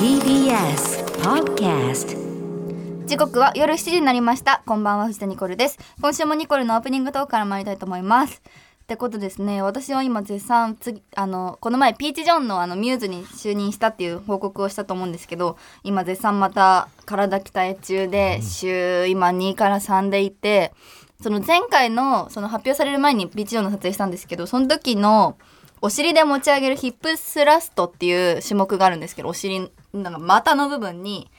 TBS Podcast 時刻は夜7時になりましたこんばんは藤田ニコルです今週もニコルのオープニングトークから参りたいと思いますってことですね私は今絶賛次あのこの前ピーチ・ジョンのあのミューズに就任したっていう報告をしたと思うんですけど今絶賛また体鍛え中で週今2から3でいてその前回のその発表される前にピーチ・ジョンの撮影したんですけどその時のお尻で持ち上げるヒップスラストっていう種目があるんですけどお尻なんか股の部分に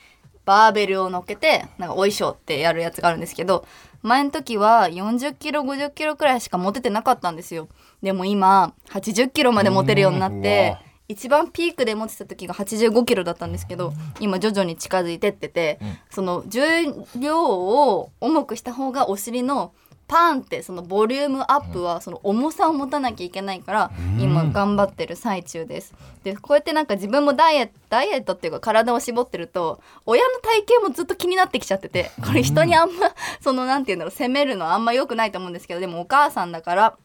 バーベルを乗っけてなんかおいしょってやるやつがあるんですけど前の時は40キロ50キロくらいしか持ててなかったんですよでも今80キロまで持てるようになっうてわ一番ピークで持ってた時が85キロだったんですけど今徐々に近づいてってて、その重量を重くした方がお尻のパーンってそのボリュームアップはその重さを持たなきゃいけないから今頑張ってる最中です。でこうやってなんか自分もダイエットダイエットっていうか体を絞ってると親の体型もずっと気になってきちゃっててこれ人にあんまそのなんて言うんだろう責めるのはあんま良くないと思うんですけどでもお母さんだから。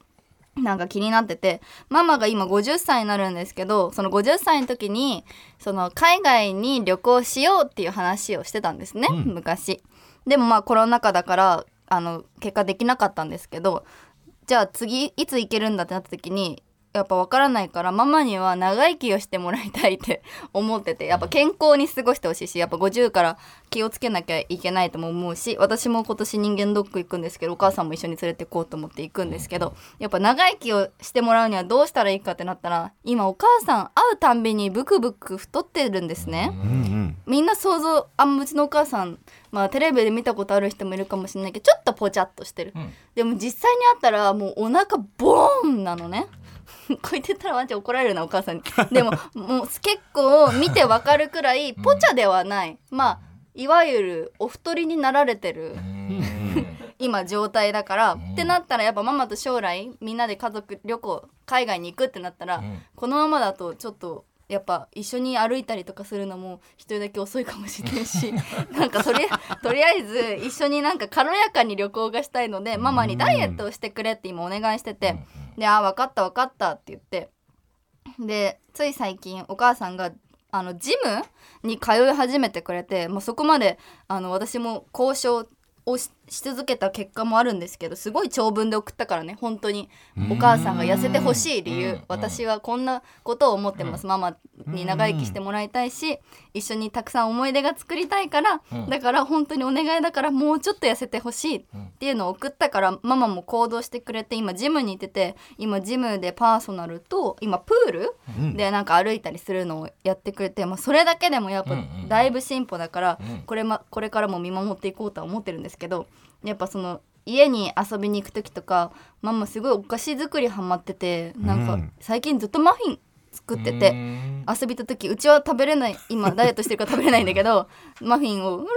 なんか気になっててママが今50歳になるんですけどその50歳の時にその海外に旅行しようっていう話をしてたんですね、昔でもまあコロナ禍だからあの結果できなかったんですけどじゃあ次いつ行けるんだってなった時にやっぱ分からないからママには長生きをしてもらいたいって 思っててやっぱ健康に過ごしてほしいしやっぱ50から気をつけなきゃいけないとも思うし私も今年人間ドック行くんですけどお母さんも一緒に連れて行こうと思って行くんですけどやっぱ長生きをしてもらうにはどうしたらいいかってなったら今お母さん会うたんびにブクブク太ってるんですね。うんみんな想像あんうちのお母さん、まあ、テレビで見たことある人もいるかもしれないけどちょっとぽちゃっとしてる、んでも実際に会ったらもうお腹ボーンなのね こう言ってたらワンちゃん怒られるなお母さんに でももう結構見てわかるくらいぽちゃではない、まあいわゆるお太りになられてる 今状態だから、ってなったらやっぱママと将来みんなで家族旅行海外に行くってなったら、んこのままだとちょっとやっぱ一緒に歩いたりとかするのも一人だけ遅いかもしれないし なんかとりとりあえず一緒になんか軽やかに旅行がしたいのでママにダイエットをしてくれって今お願いしてて、で「あ分かった分かった」って言ってでつい最近お母さんがあのジムに通い始めてくれて、まあ、そこまであの私も交渉をしし続けた結果もあるんですけどすごい長文で送ったからね本当にお母さんが痩せてほしい理う由ん私はこんなことを思ってますママに長生きしてもらいたいし一緒にたくさん思い出が作りたいからうんだから本当にお願いだからもうちょっと痩せてほしいっていうのを送ったからママも行動してくれて今ジムに行ってて今ジムでパーソナルと今プールでなんか歩いたりするのをやってくれて、まあ、それだけでもやっぱうんうんだいぶ進歩だから、うんこれま、これからも見守っていこうとは思ってるんですけどやっぱその家に遊びに行く時とかママすごいお菓子作りハマっててなんうかん最近ずっとマフィン作ってて。遊びた時うちは食べれない今ダイエットしてるから食べれないんだけどマフィンをうる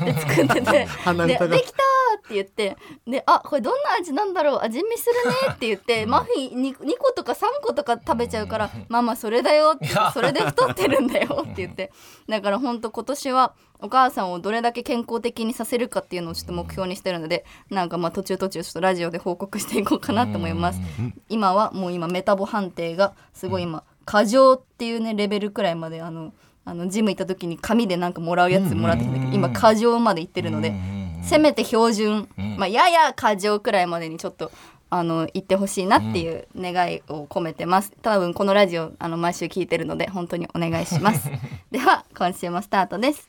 るるって作って て鼻で歌ができたーって言ってであこれどんな味なんだろう味見するねって言ってマフィン 2, 個とか3個とか食べちゃうから「ママそれだよ」って言って「それで太ってるんだよ」って言ってだからほんと今年はお母さんをどれだけ健康的にさせるかっていうのをちょっと目標にしてるのでなんかまあ途中途中ちょっとラジオで報告していこうかなと思います。今はもう今メタボ判定がすごい今過剰っていうねレベルくらいまであのあのジム行った時に紙でなんかもらうやつもらってきたけど今過剰まで行ってるのでせめて標準まあやや過剰くらいまでにちょっとあの行ってほしいなっていう願いを込めてます多分このラジオあの毎週聞いてるので本当にお願いしますでは今週もスタートです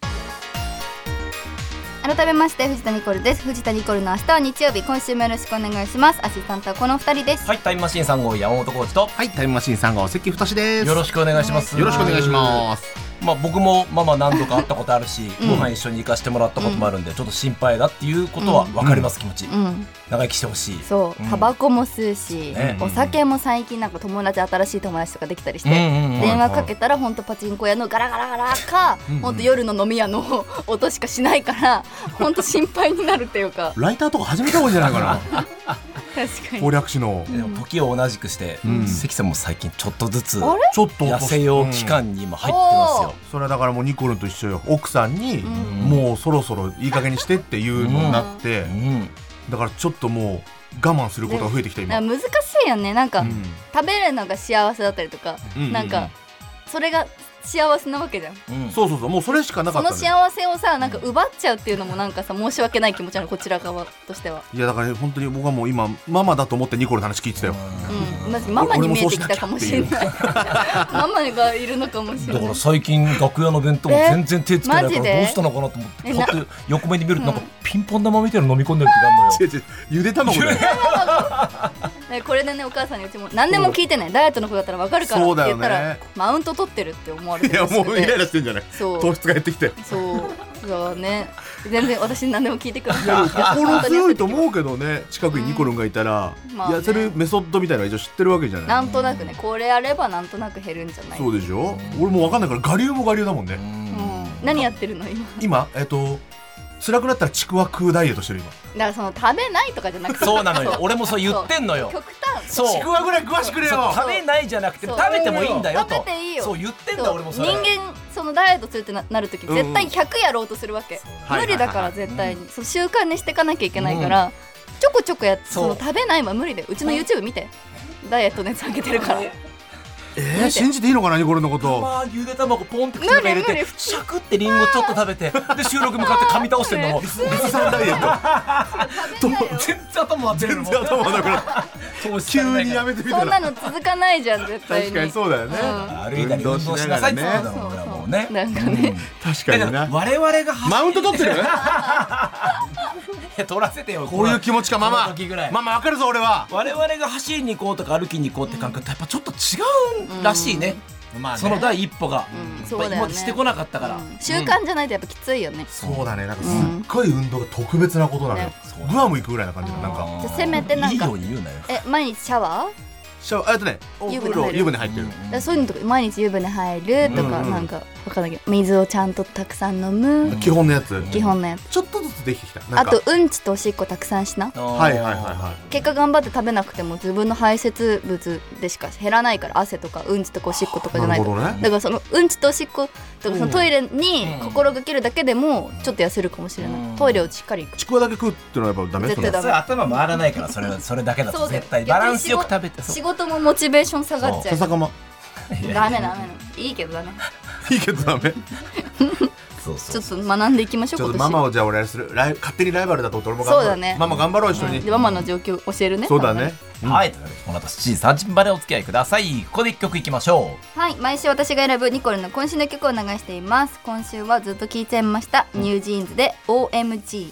改めまして藤田ニコルです藤田ニコルの明日は日曜日今週もよろしくお願いしますアシスタントはこの二人ですはい、タイムマシーン3号山本コーチと。はいタイムマシーンさんがお関太ですよろしくくお願いします。よろしくお願いします、す。まあ、僕もママ何度か会ったことあるし、ご飯一緒に行かしてもらったこともあるんで、ちょっと心配だっていうことは分かります、気持ち。うん、長生きしてほしい。そう、うんタバコも吸うし、ねお酒も最近なんか友達新しい友達とかできたりして、うんうんうん電話かけたら本当パチンコ屋のガラガラガラか、本当夜の飲み屋の音しかしないから、本当心配になるっていうかライターとか始めた方がいいんじゃないか な確かに。攻略士のでも時を同じくして、うん関さんも最近ちょっとずつあれちょっと痩せよう期間に今入ってますよ。それはだからもうニコルと一緒よ奥さんに、んもうそろそろいい加減にしてっていうのになって、うん、だからちょっともう我慢することが増えてきた今、なんか難しいよね、なんか、うん食べるのが幸せだったりとか、うんなんか。それが幸せなわけじゃんうんそうそうそうもうそれしかなそかったのんです幸せをさなんか奪っちゃうっていうのもなんかさ申し訳ない気持ちなのこちら側としては、いやだから本当に僕はもう今ママだと思ってニコルの話聞いてたよ、うん、まずママに見えてきたかもしれない ママがいるのかもしれだないから最近楽屋の弁当も全然手つけないからえどマうジでしたのかなと思ってえパなッと横目に見るとなんかピンポン玉みたいなの飲み込んでる時があるのよ違う違う ゆで卵だよ ねこれでねお母さんにうちも何でも聞いてない、ダイエットの子だったらわかるからそっうだて言よっねたら、マウント取ってるって思われいてるらやしもくうイライてラしてんじゃないそう糖質が減ってきてそうだからね全然私何でも聞いてください 心強いとう思うけどね近くにニコルンがいたら、うんまあね痩せるメソッドみたいなのは一応知ってるわけじゃないなんとなくねこれやればなんとなく減るんじゃないそうでしょ俺もう分かんないから我流も我流だもんねうん、何やってるの今だか今えっと辛くなったらちくわ食うダイエットしてる今らその食べないとかじゃなくてそうなのよ俺もそう言ってんのよ極端そうちくわぐらい食わしてくれそうよ食べないじゃなくてそ食うべてもいいんだよと食べていいよそう言ってんそだう俺もそ人れ間そのダイエットするってななるときうんう絶ん対100やろうとするわけ、はい無理だかはらい絶対に、そう習慣にしていかなきゃいけないから、ちょこちょこやってそそうの食べないは無理でうちの YouTube 見てダイエットのやつあげてるからえー、信じていいのかなニコルンのことまあゆで卵ポンって口の中に入れ無理無理て普通シャクってリンゴちょっと食べてで収録向かって噛み倒して んのもリスリスさんダイエット食べないよ全然頭回ってる全然頭がなく なった急にやめてみそたんならの続かないじゃん絶対に確かにそうだよね、うん歩いたり運動しなさいって言ってんだそろう俺そはうもうねなんかね、確かだにからな我々がマウント取ってる走 取らせてよ こういう気持ちかマこマの時ぐらいママ分かるぞ俺は我々が走りに行こうとか歩きに行こうって感覚とやっぱちょっと違うらしいね、まその第一歩が、うんやっそうだよねぱ今までしてこなかったから、うん習慣じゃないとやっぱきついよね、そうだねなんかすっごい運動が特別なことなのよねそうグアム行くぐらいな感じのなんかじゃあせめてなんかいいように言うなよえ毎日シャワーシャワーあとねお湯風船入呂る湯船入ってるだからそういうのとか毎日湯船入るとか、うんうんなんかわかんないけど水をちゃんとたくさん飲む、基本のやつ基本のやつちょっとずつできてきたなあんかとうんちとおしっこたくさんしなはいはいはいは結果頑張って食べなくても自分の排泄物でしか減らないから汗とかうんちとかおしっことかいじゃないなるとほどねだからそのうんちとおしっことかそのトイレにうん心がけるだけでもちょっと痩せるかもしれない、うんトイレをしっかり行くちくわだけ食うってのはやっぱダメ絶対そのダそれ頭回らないからそれはそれだけだそとうだよ絶対バランスよく食べて仕事もモチベーション下がっちゃう笹かまダメダメいいけどダメいいけどダメそうそちうょっと学んでいきましょうちょっ今と年ママをじゃあ俺するライ勝手にライバルだと思って俺も頑張るそうだねママ頑張ろう一緒うんにでママの状況教えるねそうだねはいというわけでこの後7時30分までお付き合いくださいここで一曲いきましょはい毎週私が選ぶニコルの今週の曲を流しています今週はずっと聴いちゃいました、ニュージーンズで OMG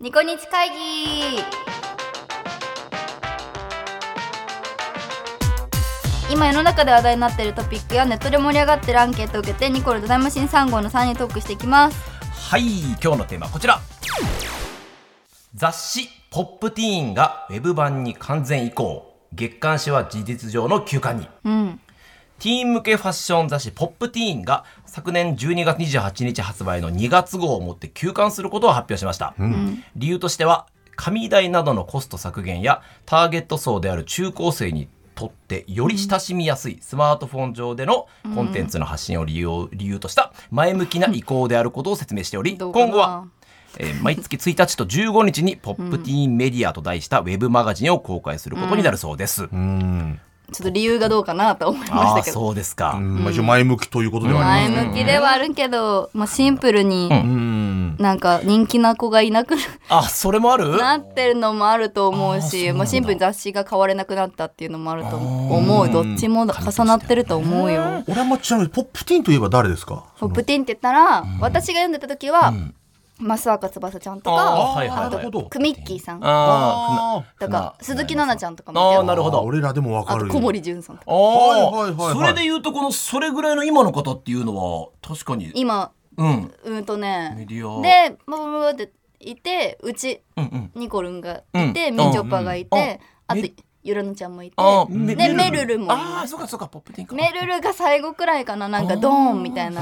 ニコニチ会議今世の中で話題になっているトピックやネットで盛り上がってるアンケートを受けてニコルとタイムマシーン3号の3人トークしていきますうはい今日のテーマはこちら雑誌「ポップティーン」がウェブ版に完全移行月刊誌は事実上の休刊にうんティーン向けファッション雑誌「ポップティーン」が昨年12月28日発売の2月号をもって休刊することを発表しました、理由としては紙代などのコスト削減やターゲット層である中高生にとってより親しみやすいスマートフォン上でのコンテンツの発信を利用理由とした前向きな意向であることを説明しておりど今うかな後はえー毎月1日と15日に「ポップティーンメディア」と題したウェブマガジンを公開することになるそうです。うんちょっと理由がどうかなと思いましあたあけどそうですか、まあ一応前向きということではあり前ま向すきではあるけど、まあ、シンプルに、うんうんなんか人気な子がいなくあそれもあるなってるのもあると思うあーそうしなんだもうシンプルに雑誌が買われなくなったっていうのもあると思うあー思うどっちも重なってると思うよ。俺はまあちなみにポップティーンといえば誰ですかポップティーンって言ったら、私が読んでた時は、増若翼ちゃんとあかーはいはいはいあなるとほどくみっきーさんとあーふなかふな鈴木奈々ちゃんとかもあーいたなよるほどあ俺らでもわかあると小森純さんとかああ、はいはいはいはいそれで言うとこのそれぐらいの今の方っていうのは確かに今うんうんうんとメねディアでブブブブっていてうちうんニコルンがいて、うんみちょぱがいて、うんあとめゆらのちゃんもいてあーでメルルルもいあまあすそうかそうかポップティンかメルルが最後くらいかななんかドーンみたいな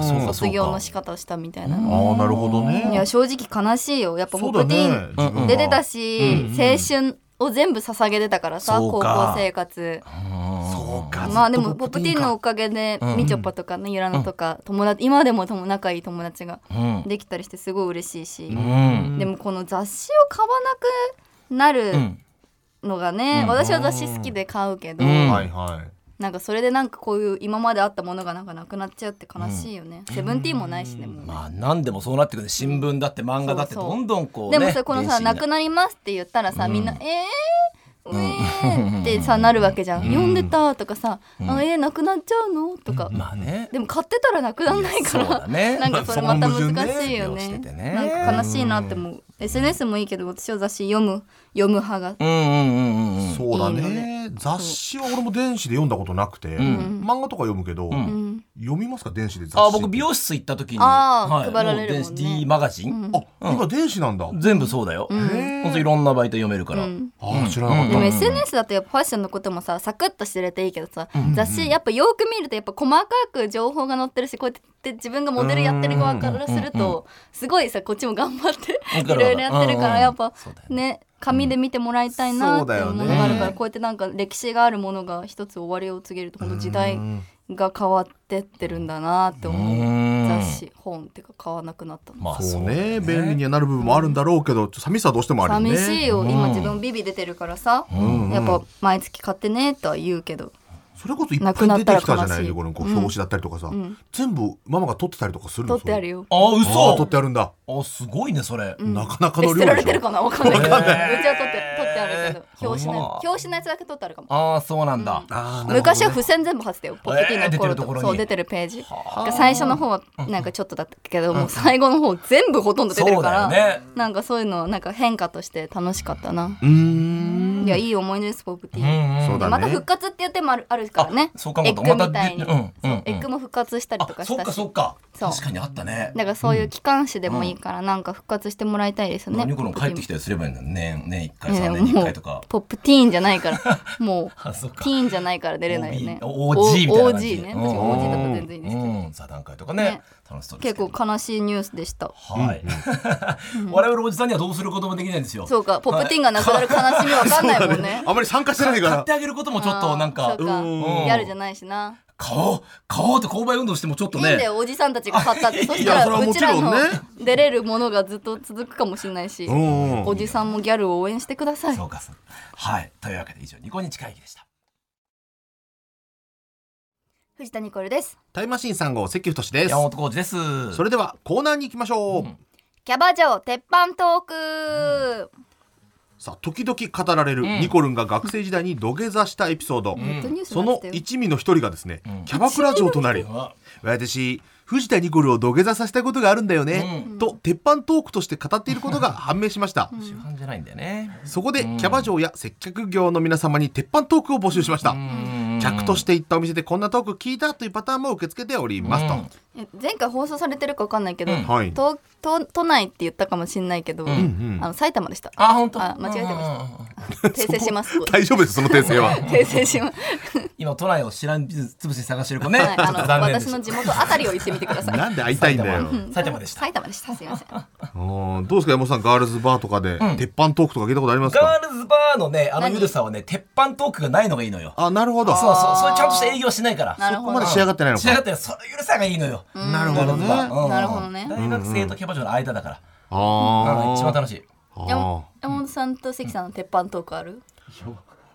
そうかそうかそうか卒業の仕方をしたみたいなああなるほどねいや正直悲しいよやっぱポそうッだプティーねン自分は出てたし、うん青春を全部捧げてたからさそう高か校生活そうかまあでもずっとポップティーンのおかげでうんみちょぱとかねゆらのとか友達今でも友仲いい友達がうんできたりしてすごい嬉しいしうんでもこの雑誌を買わなくなうるんのがね、私は雑誌好きで買うけど、うんはいはい。なんかそれでなんかこういう今まであったものがなんかなくなっちゃうって悲しいよね、セブンティーンもないしねもうまあ何でもそうなってくるね新聞だって漫画だってそうそうどんどんこうでねもさこのさ「なくななります」って言ったらさ、みんな「えー、うえー」ってさなるわけじゃん「読んでた」とかさ「あえー、なくなっちゃうの?」とか、まあねでも買ってたらなくならないからいやそうだねなんかそれまた難しいよ利用しねててねなんか悲しいなって思う SNS もいいけど私は雑誌読む読む派がうんうんうんうんうんそうだいいのね。雑誌は俺も電子で読んだことなくて、漫画とか読むけど、読みますか電子で雑誌。あ僕美容室行った時にあー配られるもんねう電子 D マガジン、あ、今電子なんだ。全部そうだよ、ほんといろんなバイト読めるから、あ、知らなかっでたも。SNS だとやっぱファッションのこともさサクッと知れていいけどさ、雑誌やっぱよく見るとやっぱ細かく情報が載ってるしこうやって自分がモデルやってる側からするとすごいさこっちも頑張ってわいかるわかるろいろやってるかうんうらんやっぱそうだよね紙で見てもらいたいなっていうものがあるそうだかよらねこうやってなんか歴史があるものが一つ終わりを告げるとこの時代が変わってってるんだなって思ううん雑誌本っていうか買わなくなったの。まあそそううね便利にはなる部分もあるんだろうけど、ちょっと寂しさはどうしてもあるよね。寂しいよ、今自分ビビ出てるからさ、やっぱ毎月買ってねとは言うけどそれこそいっなぱくいなっ出たてらきたじゃな悲いしいこのこう表紙だったりとかさ、全部ママが撮ってたりとかするの。取ってあるよ。よ。ああー嘘撮ってあるんだ。あすごいねそれ、なかなかえの捨て量でしらょれてるかなわかんないけどうちは取って取ってあるけど 表紙のあー表紙のやつだけ取ってあるかもああそうなんだ、あーなるほどね昔は付箋全部貼ってたよポッケティの頃出てるところにそう出てるページ最初の方はなんかちょっとだったけどもう最後の方全部ほとんど出てるから、そうだよねなんかそういうのなんか変化として楽しかったな、うーん。いやいい思い出ですポップティうんうんそうでだまたね復。活っていう手もあるあるからねあそうかもエッグまたみたいに、うんうんそううんエッグも復活したりとかあしそったかしそっかそう確かにあったねだからそういう機関誌でもいいからなんか復活してもらいたいですよね、何このポップティー帰っもてきたりすればいいんだよね年一回いや3で年にもも1回うとかポップティーンじゃないからもうあそっかティーンじゃないから出れないよね OB OG みたいな感じ OG ね私 OG だったら全然いいんですけど、うん座談会とかねね楽しそうで結すけど構悲しいニュースでしたはい、 我々おじさんにはどうすることもできないんですよそうかポップティーンがなくなる悲しみわかんないもんねあまり参加してないか買っらて。あげることもちょっとなんあかーそうかうん やるじゃないしな、買おう買おうって購買運動してもちょっといいんだねよおじさんたちが買ったってそしいやたそれらはうもちちらろんねの出れるものがずっと続くかもしれないし、うんおじさんもギャルを応援してくださいそうかそうかはいというわけで以上ニコニチ会議でした藤田ニコルですタイムマシーン3号関太志です山。本浩二ですそれではコーナーに行きましょう。キャバ嬢鉄板トーク、さあ時々語られるニコルンが学生時代に土下座したエピソード。ネットニュースそになっのてたよ一味の一人がですね、キャバクラ嬢となりう、わ私、藤田ニコルを土下座させたことがあるんだよね、と鉄板トークとして語っていることが判明しました。主犯じゃないんだよねそこでキャバ嬢や接客業の皆様に鉄板トークを募集しました。客として行ったお店でこんなトーク聞いたというパターンも受け付けておりますと。え前回放送されてるか分かんないけど、んはい東都都内って言ったかもしれないけど、あの埼玉でしたあ本当あ間違えてましたた訂正します 大丈夫です、その訂正は。訂正し ます、今都内を知らんつぶしに探してる子ねちょはい、っとあの残念で私しのた地元あたりを言ってみてください なんで会いたいんだよ。埼玉でした埼玉でしたすいません うんどうですか、山本さん、ガールズバーとかで鉄板トークとか聞いたことありますかガールズバーのねあのゆるさはね鉄板トークがないのがいいのよあ、なるほど。そうそうそれちゃんとした営業しないからなるこほこどまで仕上がってないの仕上がっか。てないそのゆるさがいいのよなるほガーどね。ルズバーうんなるほどね大学生とキャバ嬢の間だからうあんあ。一番楽しい山山本さんと関さんの鉄板トークある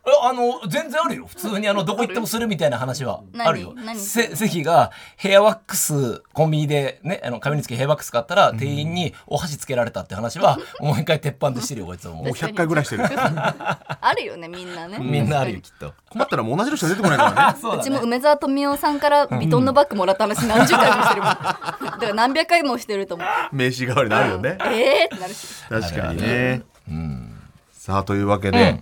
えあの全然あるよ普通にあのどこ行ってもするみたいな話は何あるよ何せ関がヘアワックスコンビニでねあの髪につけヘアワックス買ったら店員にお箸つけられたって話 はもう一回鉄板でしてるよこいつはももうう100回ぐらいしてる。あるよねみんなねみんなあるよきっと困ったらもう同じのしか出てこないからね。そううだちねも梅沢富美男さんからビトンのバッグもらった話何十回もしてるもん だから何百回もしてると思う 名刺代わりになるよね。えーってなるし確かにね。さあ、というわけで、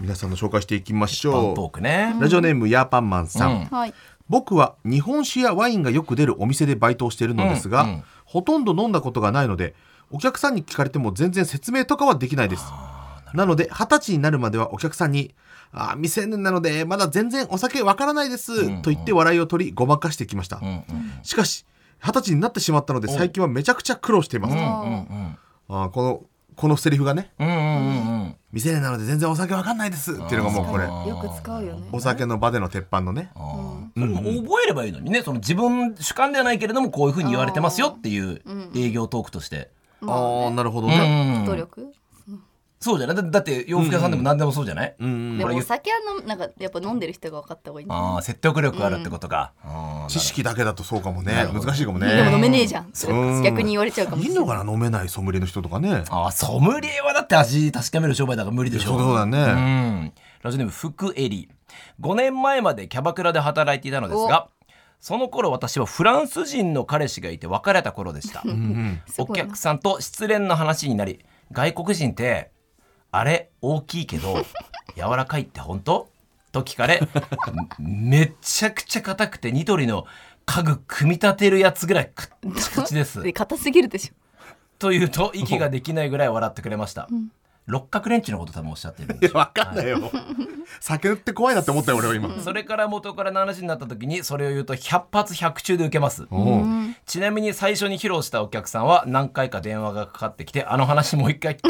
皆さんの紹介していきましパントーょクねう。ラジオネーム、ヤーパンマンさん。はい僕は日本酒やワインがよく出るお店でバイトをしているのですが、ほとんど飲んだことがないのでお客さんに聞かれても全然説明とかはできないですなので二十歳になるまではお客さんに「あー未成年なのでまだ全然お酒わからないです」と言って笑いを取りごまかしてきました、しかし二十歳になってしまったので最近はめちゃくちゃ苦労しています、あーこのこのセリフがねうんうんうんうん「未成年なので全然お酒わかんないです」っていうのがもうこれよく使うよねお酒の場での鉄板のねそれも覚えればいいのにねその自分主観ではないけれどもこういうふうに言われてますよっていう営業トークとしてああーなるほどね、うん努力そうじゃないだだって洋服屋さんでも何でもそうじゃない、うんでこれもお言う酒は飲むなんかやっぱ飲んでる人が分かった方がいいんじゃないああ説得力あるってことか、あー知識だけだとそうかもなねるほど難しいかもでも飲ねめねえじゃんうん逆に言われちゃうかもしいいれないのかな飲めないソムリエの人とかねああソムリエはだって味確かめる商売だから無理でしょそうだねうんラジオネーム福エリ5年前までキャバクラで働いていたのですがその頃私はフランス人の彼氏がいて別れた頃でした、うん すおごいな客さんと失恋の話になり外国人ってあれ大きい けど柔らかいって本当と聞かれめめちゃくちゃ硬くてニトリの家具組み立てるやつぐらいカッチカチですで硬すぎるでしょというと息ができないぐらい笑ってくれました、六角レンチのこと多分おっしゃってるんいでやわかんないよ酒って怖いなって思ったよ俺は今それから元からの話になった時にそれを言うと100発100中で受けますおうちなみに最初に披露したお客さんは何回か電話がかかってきてあの話もう一回聞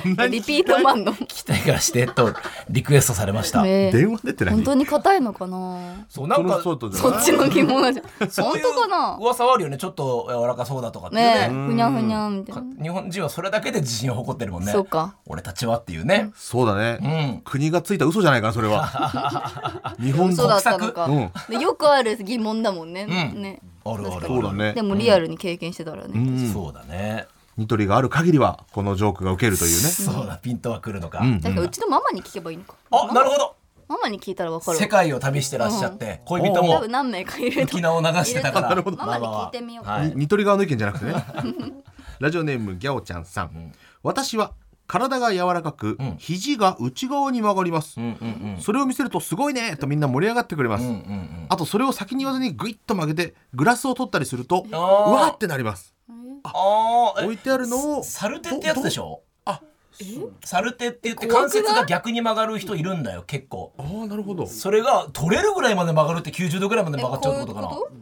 そんなリにピートマン のきたいからしてとリクエストされました、ねえ電話出てない本当に硬いのかなそうなんかその人とじゃそないっちの疑問なんじゃ そうい本う当かな噂はあるよねちょっと柔らかそうだとかっていうねえねふにゃふにゃみたいか日本人はそれだけで自信を誇ってるもんねなそうか俺たちはっていうねそうだうねん国がついた嘘じゃないかなそれは 日本そうのだったのかうんでよくある疑問だもんねうんねあるあるそうだねでもリアルに経験してたらねうんそうだねニトリがある限りはこのジョークが受けるというねそうだピントは来るのか、うんだからうちのママに聞けばいいのかあなるほどママに聞いたら分かる世界を旅してらっしゃって、恋人多も分何名かいると沖縄を流してたからなるほどママに聞いてみようママははいにニトリ側の意見じゃなくてね ラジオネームギャオちゃんさん、私は体が柔らかく、うん肘が内側に曲がります、うんうんうんそれを見せるとすごいねとみんな盛り上がってくれます、うんうんうんあとそれを先に言わずにグイッと曲げてグラスを取ったりするとうあーわーってなりますあーえ置いてあるのをサルテってやつでしょあサルテって言って関節が逆に曲がる人いるんだよ結構あーなるほどそれが取れるぐらいまで曲がるって90度ぐらいまで曲がっちゃうっえてこういうことかなこ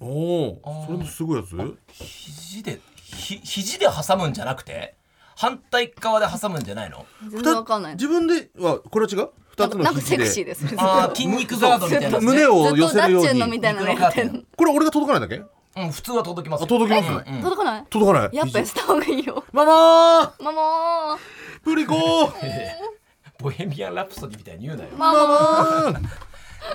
おおそれもすごいやつ肘でひ肘で挟むんじゃなくて反対側で挟むんじゃないのと全然分かんない自分ではこれは違うな二んつかのなんか肘セでクシーですねあー筋肉ガードみたいなやつ、ね、胸ずを寄っとせダるよッチュンのうみにたいなのやってんのこれ俺が届かないだけうん、普通は届きますあよ届きますね、うん届かない届かないやっぱした方がいいよママーママープリコーボヘミアン・ラプソディみたいに言うなよママーママー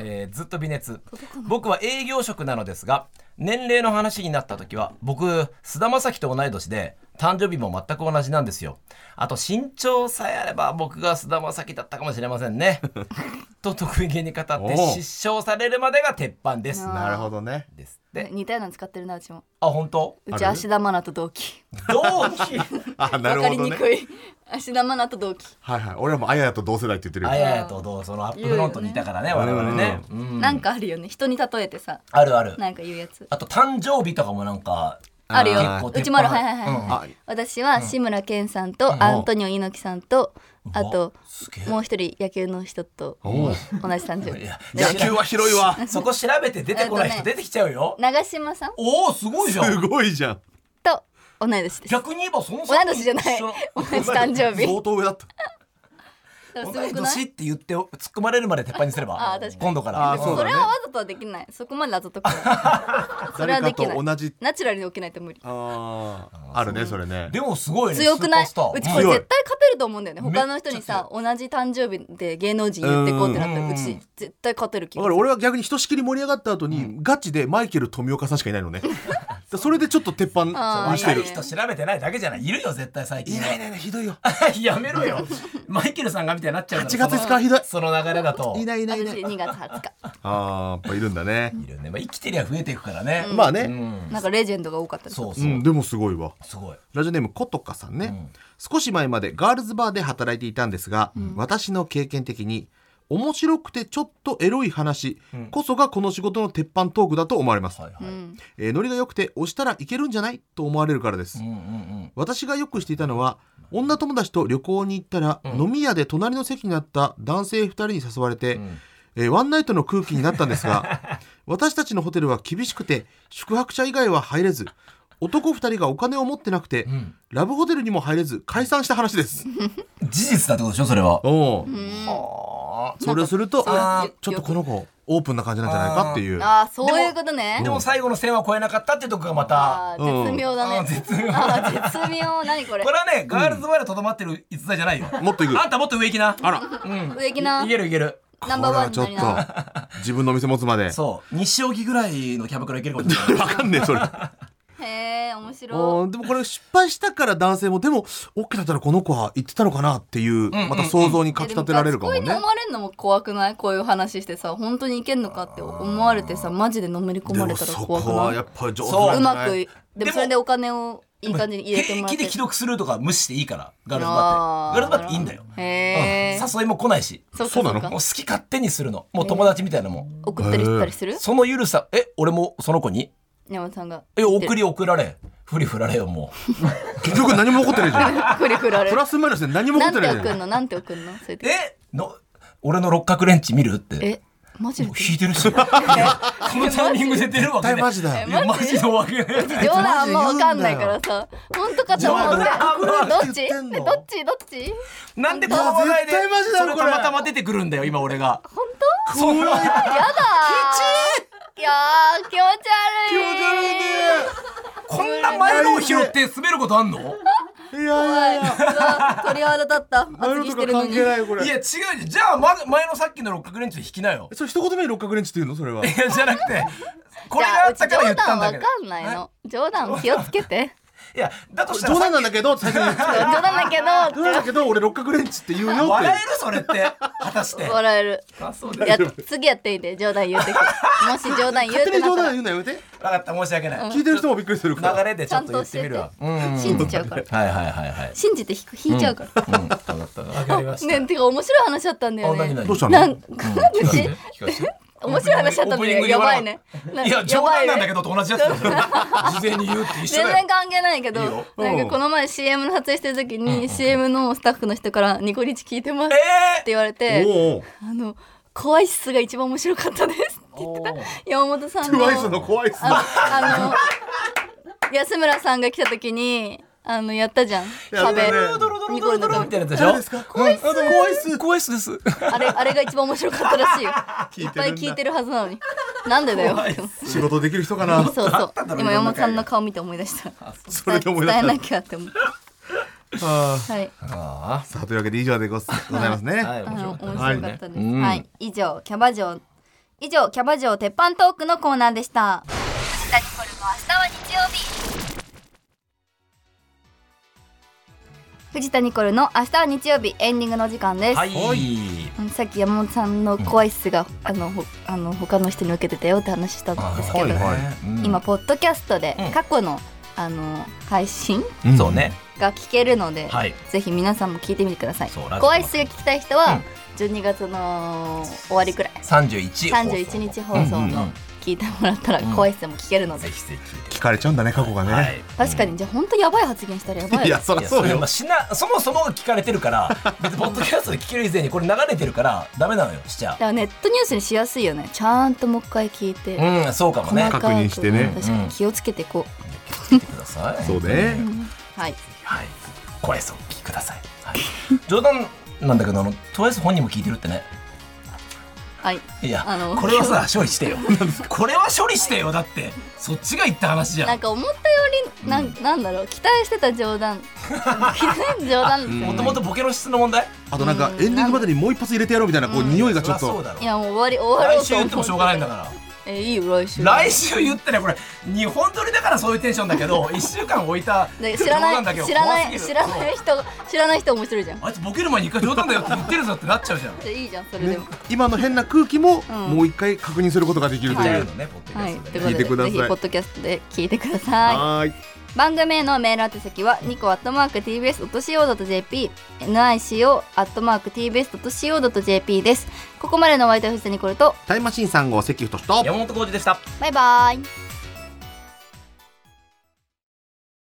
えーずっと微熱僕は営業職なのですが年齢の話になった時は僕菅田将暉と同い年で誕生日も全く同じなんですよあと身長さえあれば僕が菅田将暉だったかもしれませ んねと得意げに語っておう失笑されるまでが鉄板ですあなるほどねですって似たようなの使ってるなうちもあ本当うちある芦田愛菜と同期同期あなわるかほりどにねくい 芦田愛菜と同期はいはい俺らもあややと同世代って言ってるよあややとどうそのアップフロントにいたからね我々ねうんなんかあるよね人に例えてさあるあるなんか言うやつあと誕生日とかもなんかあるよ結構鉄板うちもあるはいはいはいうんあ私は志村けんさんとアントニオ猪木さんとあとすげえもう一人野球の人と同おじ誕生い日や野球は広 いわ そこ調べて出てこない人出てきちゃうよ。長嶋さんおおすごいじゃすん。ごいじゃんと同い年です逆に言えばその同い年じゃない一緒の同じ 誕生日相当上だっただからす同ごいくな年いって言って突っ込まれるまで鉄板にすればあ確かに今度からあそそうだれねはわざとはできないそこまで謎解くな い それは誰でかきなとい同じナチュラルに起きないと無理あーあるねそれねでもすごいね強くないスーパーうスタちーこれうん強い絶対勝てると思うんだよねめっちゃ他の人にさ同じ誕生日で芸能人言ってこうってなったうらんうち絶対勝てる気だがすからる俺は逆にひとしきり盛り上がった後に、ガチでマイケル富岡さんしかいないの ねだそれでちょっと鉄板あーにし若ている人調べてないだけじゃないいるよ絶対最近いないいないいないひどいよ やめろよマイケルさんがみたいになっちゃう8月5日はひどいその流れだといないいないいない私2月20日あーやっぱいるんだねいるよねまあ生きてりゃ増えていくからねまあね、うんなんかレジェンドが多かったですそううそんうでもすごいわすごいラジオネームことかさんね、少し前までガールズバーで働いていたんですが、私の経験的に面白くてちょっとエロい話こそがこの仕事の鉄板トークだと思われます、はいはいうんえーノリが良くて押したらいけるんじゃないと思われるからです、うんうん私がよくしていたのは女友達と旅行に行ったら、飲み屋で隣の席にあった男性2人に誘われて、えーワンナイトの空気になったんです が私たちのホテルは厳しくて宿泊者以外は入れず男2人がお金を持ってなくて、ラブホテルにも入れず解散した話です。事実だってことでしょそれは おううんそれをするなとんかあーちょっとこの子オープンな感じなんじゃないかっていうああそういうことねでも最後の線は超えなかったっていうとこがまたあー絶妙だうねん絶妙あー絶妙何これこれはねガールズバーでとどまってる逸材じゃないよもっといくあんたもっと上行きなあらうん上行きないいけるいけるナンバーワンにこれなはりちながらょ っと自分の店持つまでそう西荻ぐらいのキャバクラ行けるかもしれないわかんねえそれへえ面白いうんでもこれ失敗したから男性もでも OK だったらこの子は言ってたのかなっていうまた想像にかきたてられるかもいねやでもガチ恋に思われるのも怖くないこういう話してさ本当にいけんのかって思われてさマジでのめり込でまれもたらそ怖くこはないやっぱり上手そなうんじゃまなくいいででももそれでお金をいい感じに入れてもら平っ気てで既読するとか無視していいからガールズバーってガールズバーっていいんだよ、へえうん誘いも来ないしそうかそうなのかもう好き勝手にするのもう友達みたいなもん、送ったりしたりするそのゆるさえ俺もその子に山田さんがえ送り送られ振り振られよもう結局何も起こってないじ ゃん振り振られ プるラスマイナスで何も起なこってんなていじ送ゃんんのなんて送んのそ れでえの俺の六角レンチ見るってえマジでもう引いてる しこのタイミングで出るわけ絶対ねマジだえよいやマジのわけね冗談あんまわかんないからさ本当かと思って冗談あんまわかんどないっち言えってんのどっちどっちなんでこの話題でいや絶対マジだよそれこたれまたま出てくるんだよ今俺が本当そんな当やだいやー気持ち悪い気持ち悪いねこんな前のを拾って滑ることあんのいやいやいやうわ鳥肌立った丸厚着としてかるの関に係ないよこ いや違れうじゃんじゃあま前のさっきの六角レンチで引きなよそれ一言目に六角レンチっていうのそれはいやじゃなくてこれがあったから言ったんだけどじゃあうち冗談わかんないの冗談気をつけていやだとしたら冗さ談なんだけど最初に冗談だけ冗ど談だけど俺六角レンチって言うよっ笑えてるそれって果たして笑えるあそうやだっ次やっていいで冗談言うてくもし冗談言う勝て手になっ冗た談ら言うなやめて分かった申し訳ない聞いてる人もびっくりするから流れでちょっと言ってみるわちうんはい信じちゃうからはいはいはい信じて引く引いちゃうから、うん分かった分かりまねてか面白い話だったんだよあ何ね々どうしたのなんか私面白い話だったんだよやばいねいや冗談なんだけどどと同じやつだよ事前に言うって一全緒だよ然関係ないけどいいよなんかこの前 CM の撮影してる時に CM のスタッフの人から「ニコリチ聞いてます」ってえ言われておうおう「あの怖いっす」が一番面白かったですって言ってた山本 さんの TWICE の怖いっすなあの安村さんが来た時にあのやったじゃんやった壁ねードロドロニドコロルドのロみた壁いなやつでしょ誰ですか怖いっす怖いっす怖いっすですあれあれが一番面白かったらしいよ聞いてるんだいっぱい聞いてるはずなのになんでだよ怖いっす仕事できる人かなそうそうだろ今いろ山本んな回がさんの顔見て思い出したそれで思い出伝しえたなきゃって思うあはい、あーさあというわけで以上でござございますね、あはいあ面の白か面った白ねかったです、うんはい、以上キャバ嬢以上キャバ嬢鉄板トークのコーナーでした藤田ニコルの明日は日曜日藤田ニコルの明日は日曜日エンディングの時間です、はいあのさっき山本さんの怖いっすが、あのほあの他の人に受けてたよって話したんですけど、はいはいうん今ポッドキャストでうん過去の、あの配信んそうねが聞けるので、はいぜひ皆さんも聞いてみてくださいそうラジオ怖いっすが聞きたい人は、うん12月の終わりくらい31 31日放送うんうんうのん聞いてもらったらうん怖いっすも聞けるので、ぜひぜひ聞かれちゃうんだね過去がね、はい確かにじゃあ本当やばい発言したらやばいいやそりいゃやそそうれよまあしなそもそもが聞かれてるから別にポッドキャストで聞ける以前にこれ流れてるからダメなのよし ちゃだからネットニュースにしやすいよねちゃんともう一回聞いて、ううんそうかも細ねかく確認してね確かに気をつけていこ聞いてくださいそうねう、はいはい怖いですお聞きください、はい、冗談なんだけどあのとりあえず本人も聞いてるってねはいいやあのこれはさ処理してよこれは処理してよだってそっちが言った話じゃなんんか思ったよりなん,、なんだろう期待してた冗 談期待冗談ですよねもともとボケの質の問題あとなんかエンディングまでにもう一発入れてやろうみたいなこう匂いがちょっそりゃそうとだろいやもう終わり終わろ来う週と思言ってもしょうがないんだからえいいよ来週来週言ってねこれ日本撮りだからそういうテンションだ けど一週間置いたで知ら冗談なだけいど知ら怖すなぎいる知らない人知らない人面白いじゃんあいつボケる前に一回冗談だよって言ってるぞってなっちゃうじゃんじゃあいいじゃんそれでねも、今の変な空気もんもう一回確認することができると言っちいゃううのねポッドキはャいストとでいうことね聞いてくだでさぜいひポッドキャストで聞いてくださいはーい番組へのメール宛先はニコアットマーク TBS ド JP NICO アットマーク TBS ド JP ですここまでのお相手は藤田ニコルとタイムマシーン3号関太と山本浩二でしたバイバイ